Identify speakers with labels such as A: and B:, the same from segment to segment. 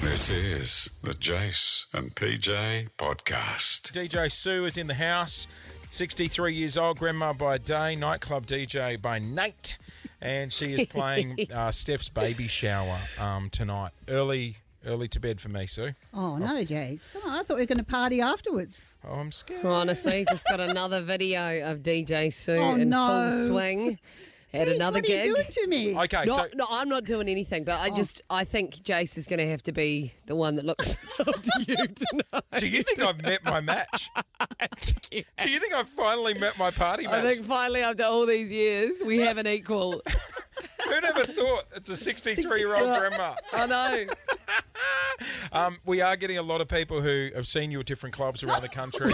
A: This is the Jace and PJ podcast.
B: DJ Sue is in the house, 63 years old, grandma by day, nightclub DJ by Nate, and she is playing uh, Steph's baby shower um, tonight. Early, early to bed for me, Sue.
C: Oh no, Jace! Come on, I thought we were going to party afterwards.
B: Oh, I'm scared.
D: Honestly, just got another video of DJ Sue
C: Oh,
D: in
C: no.
D: full swing at
C: Jace,
D: another
C: what
D: gig.
C: are you doing to Oh. me?
B: Okay,
D: no,
B: so
D: no, I'm not doing anything, but I just I think Jace is going to have to be the one that looks after you tonight.
B: do you think I've met my match? do you think I've finally met my party
D: I
B: match?
D: think finally, after all these years, we have an equal.
B: Who'd ever thought it's a 63 year old grandma?
D: I know.
B: Um, we are getting a lot of people who have seen you at different clubs around the country.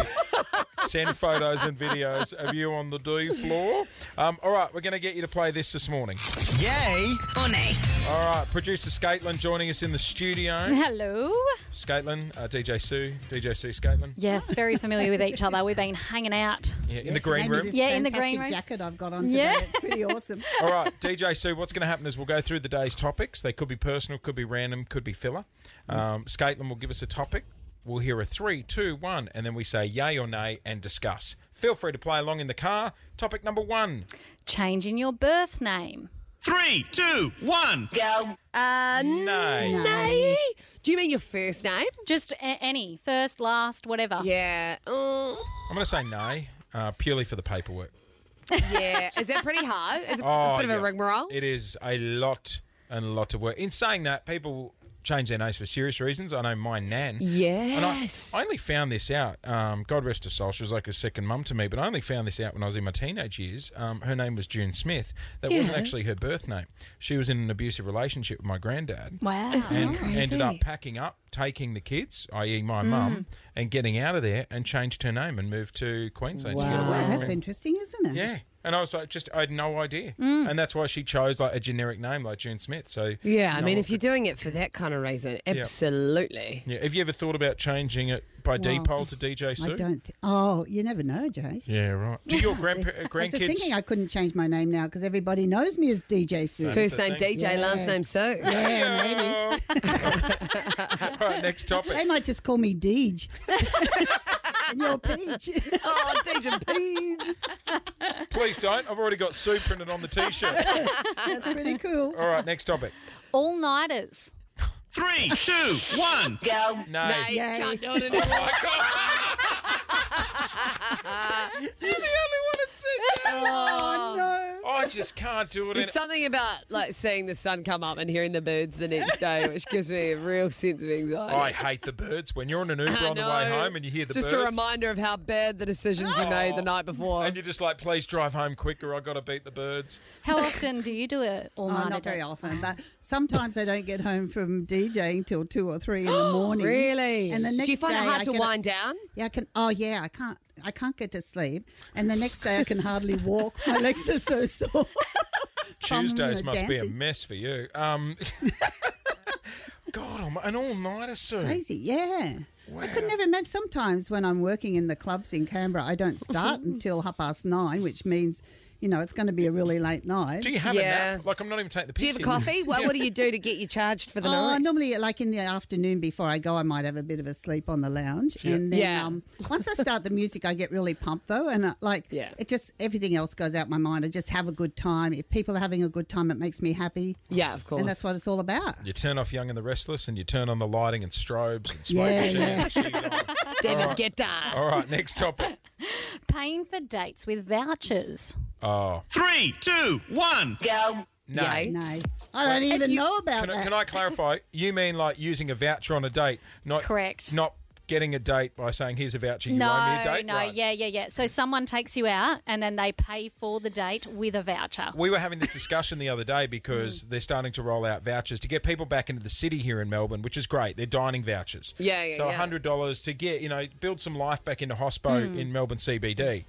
B: Send photos and videos of you on the D floor. Um, all right, we're going to get you to play this this morning.
E: Yay!
F: or nay?
B: All right, producer Scaitlin joining us in the studio.
G: Hello.
B: Scaitlin, uh, DJ Sue, DJ Sue Scaitlin.
G: Yes, very familiar with each other. We've been hanging out.
B: Yeah, in the
C: She
B: green
C: made me
B: room.
C: this
G: Yeah, in the green
C: fantastic jacket
G: room.
C: I've got on today.
G: Yeah.
C: It's pretty awesome.
B: All right, DJ Sue, what's going to happen is we'll go through the day's topics. They could be personal, could be random, could be filler. Um, Scaitlin will give us a topic. We'll hear a three, two, one, and then we say yay or nay and discuss. Feel free to play along in the car. Topic number one.
G: Changing your birth name.
E: Three, two, one.
D: Uh,
B: Nay.
D: nay. Do you mean your first name?
G: Just a- any, first, last, whatever.
D: Yeah. Mm,
B: I'm going to say nay, uh, purely for the paperwork.
D: yeah. Is that pretty hard? Is it
B: Oh,
D: a bit of
B: yeah.
D: a rigmarole?
B: It is a lot and a lot of work. In saying that, people change their names for serious reasons. I know my nan. And I,
D: Yes.
B: I only found this out. Um, God rest her soul. She was like a second mum to me, but I only found this out when I was in my teenage years. Um, her name was June Smith. That wasn't
D: Yeah.
B: actually her birth name. She was in an abusive relationship with my granddad.
G: Wow.
B: And ended up packing up, taking the kids, i.e., my
D: Hmm.
B: mum, and getting out of there and changed her name and moved to Queensland to get away.
C: Wow,
B: from
C: that's
B: him.
C: interesting, isn't it?
B: Yeah. And I was like, just, I had no idea.
D: Hmm.
B: And that's why she chose like a generic name like June Smith. So,
D: Yeah, I
B: no
D: mean,
B: one
D: if you're doing it for that kind of reason, absolutely.
B: could- yeah. Have you ever thought about changing it by depole to DJ
C: I
B: Sue?
C: don't. Th- oh, you never know, Jace.
B: Yeah, right. Do your grandpa- uh,
C: I was just
B: grandkids?
C: thinking I couldn't change my name now because everybody knows me as DJ Sue.
D: First
B: the
D: name
B: thing.
D: DJ, last name Sue.
C: yeah, maybe.
B: All right, next
C: They
B: topic.
C: might just call me Deej. and you're Peach.
D: oh, DJ Peach.
B: Please don't. I've already got Sue printed on the T-shirt.
C: that's pretty cool.
B: All right, next topic.
G: All nighters.
E: Three, two, one.
B: No.
D: Hey,
C: Yay.
D: can't do it anymore.
B: You're the only one that said that.
D: Oh,
B: I just can't do it.
D: There's
B: Any-
D: something about like seeing the sun come up and hearing the birds the next day, which gives me a real sense of anxiety.
B: I hate the birds. When you're on an Uber
D: I
B: on the way
D: know.
B: home and you hear the
D: just
B: birds, Oh.
D: a reminder of how bad the decisions you made the night before.
B: and you're just like, please drive home quicker. i got to beat the birds.
G: How often do you do it all
C: Oh,
G: nighter?
C: not very often, but sometimes I don't get home from DJing till two or three in the morning.
D: really?
C: And the next
D: do you find
C: day
D: it hard
C: I
D: to
C: get a-
D: wind down?
C: Yeah, I can. Oh, yeah, I can't. I can't get to sleep, and the next day I can hardly walk. My legs are so sore. From, you
B: Tuesdays
C: know,
B: must be a
C: dancing.
B: mess for you. Um, God, I'm an all-nighter, Sue.
C: Crazy, yeah. I could
B: Wow.
C: never imagine. Sometimes when I'm working in the clubs in Canberra, I don't start until half past nine, which means, you know, it's going to be a really late night.
B: Do you have
D: Yeah.
B: a nap? Like, I'm not even taking the piss.
D: Do you have a
B: here.
D: coffee? What, what do you do to get you charged for the
C: Oh,
D: night?
C: normally, like in the afternoon before I go, I might have a bit of a sleep on the lounge, and then
D: Yeah.
C: um, once I start the music, I get really pumped though, and uh, like
D: Yeah.
C: it just everything else goes out my mind. I just have a good time. If people are having a good time, it makes me happy,
D: Yeah, of course.
C: and that's what it's all about.
B: You turn off Young and the Restless, and you turn on the lighting and strobes and smoke.
C: Yeah,
B: machine
C: yeah.
B: and she's on.
D: Damn it, get down.
B: All right, next topic.
G: Paying for dates with vouchers.
B: Oh,
E: Three, two, one.
B: no.
D: Yay.
C: No, I don't even know about
B: Can, I,
C: that.
B: can I clarify? You mean like using a voucher on a date, not
G: Correct.
B: not getting a date by saying here's a voucher, you owe me
G: no,
B: a date.
G: no,
B: Right.
G: yeah, yeah, yeah. So someone takes you out and then they pay for the date with a voucher.
B: We were having this discussion the other day because they're starting to roll out vouchers to get people back into the city here in Melbourne, which is great. They're dining vouchers.
D: Yeah, yeah,
B: So
D: yeah.
B: hundred dollars to get you know build some life back into Hospo in Melbourne CBD.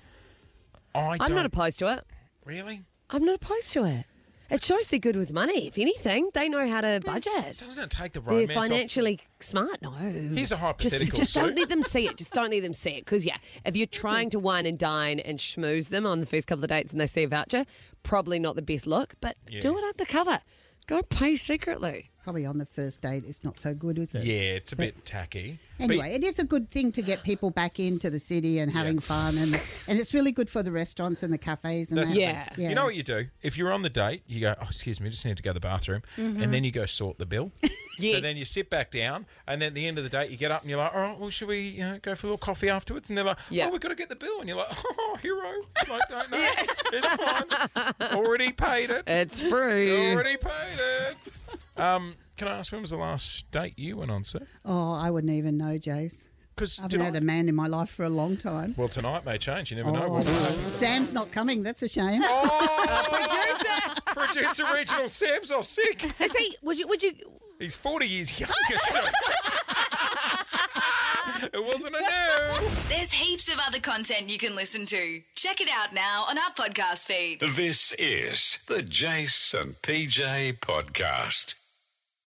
B: I
D: I'm
B: don't
D: not opposed to it.
B: really.
D: I'm not opposed to it. It shows they're good with money. If anything, they know how
B: Hmm.
D: to budget.
B: Doesn't it take the
D: They're
B: romance? off-
D: financially smart. No.
B: Here's a
D: just,
B: hypothetical.
D: just
B: Sue.
D: don't let them see it. Just don't let them see it. Because yeah, if you're trying to wine and dine and schmooze them on the first couple of dates and they see a voucher, probably not the best look. But do it undercover. Go pay secretly.
C: probably on the first date, it's not so good, is it?
B: Yeah, it's a bit tacky. But-
C: Anyway, it is a good thing to get people back into the city and having fun, and and it's really good for the restaurants and the cafes and
B: That's
C: that.
D: Yeah.
C: yeah.
B: You know what you do? If you're on the date, you go, oh, excuse me, just need to go to the bathroom.
C: Mm-hmm.
B: And then you go sort the bill. So
D: Yes.
B: then you sit back down. And then at the end of the date, you get up and you're like, all right, well, should we you know, go for a little coffee afterwards? And they're like,
D: Yeah.
B: oh, we've got to get the bill. And you're like, oh, hero. Like, don't know. It's fine. Already paid it.
D: It's free.
B: Already paid it. Um, can I ask, when was the last date you went on, sir?
C: Oh, I wouldn't even know, Jace.
B: Because
C: I haven't had a man in my life for a long time.
B: well, tonight may change. You never know.
C: Oh,
B: We'll find out.
C: Sam's not coming. That's a shame.
D: Producer,
B: Producer Reginald Sam's off sick.
D: is he? Would you? Would you?
B: He's 40 years younger, so. it wasn't a no.
F: There's heaps of other content you can listen to. Check it out now on our podcast feed.
A: This is the Jace and PJ podcast.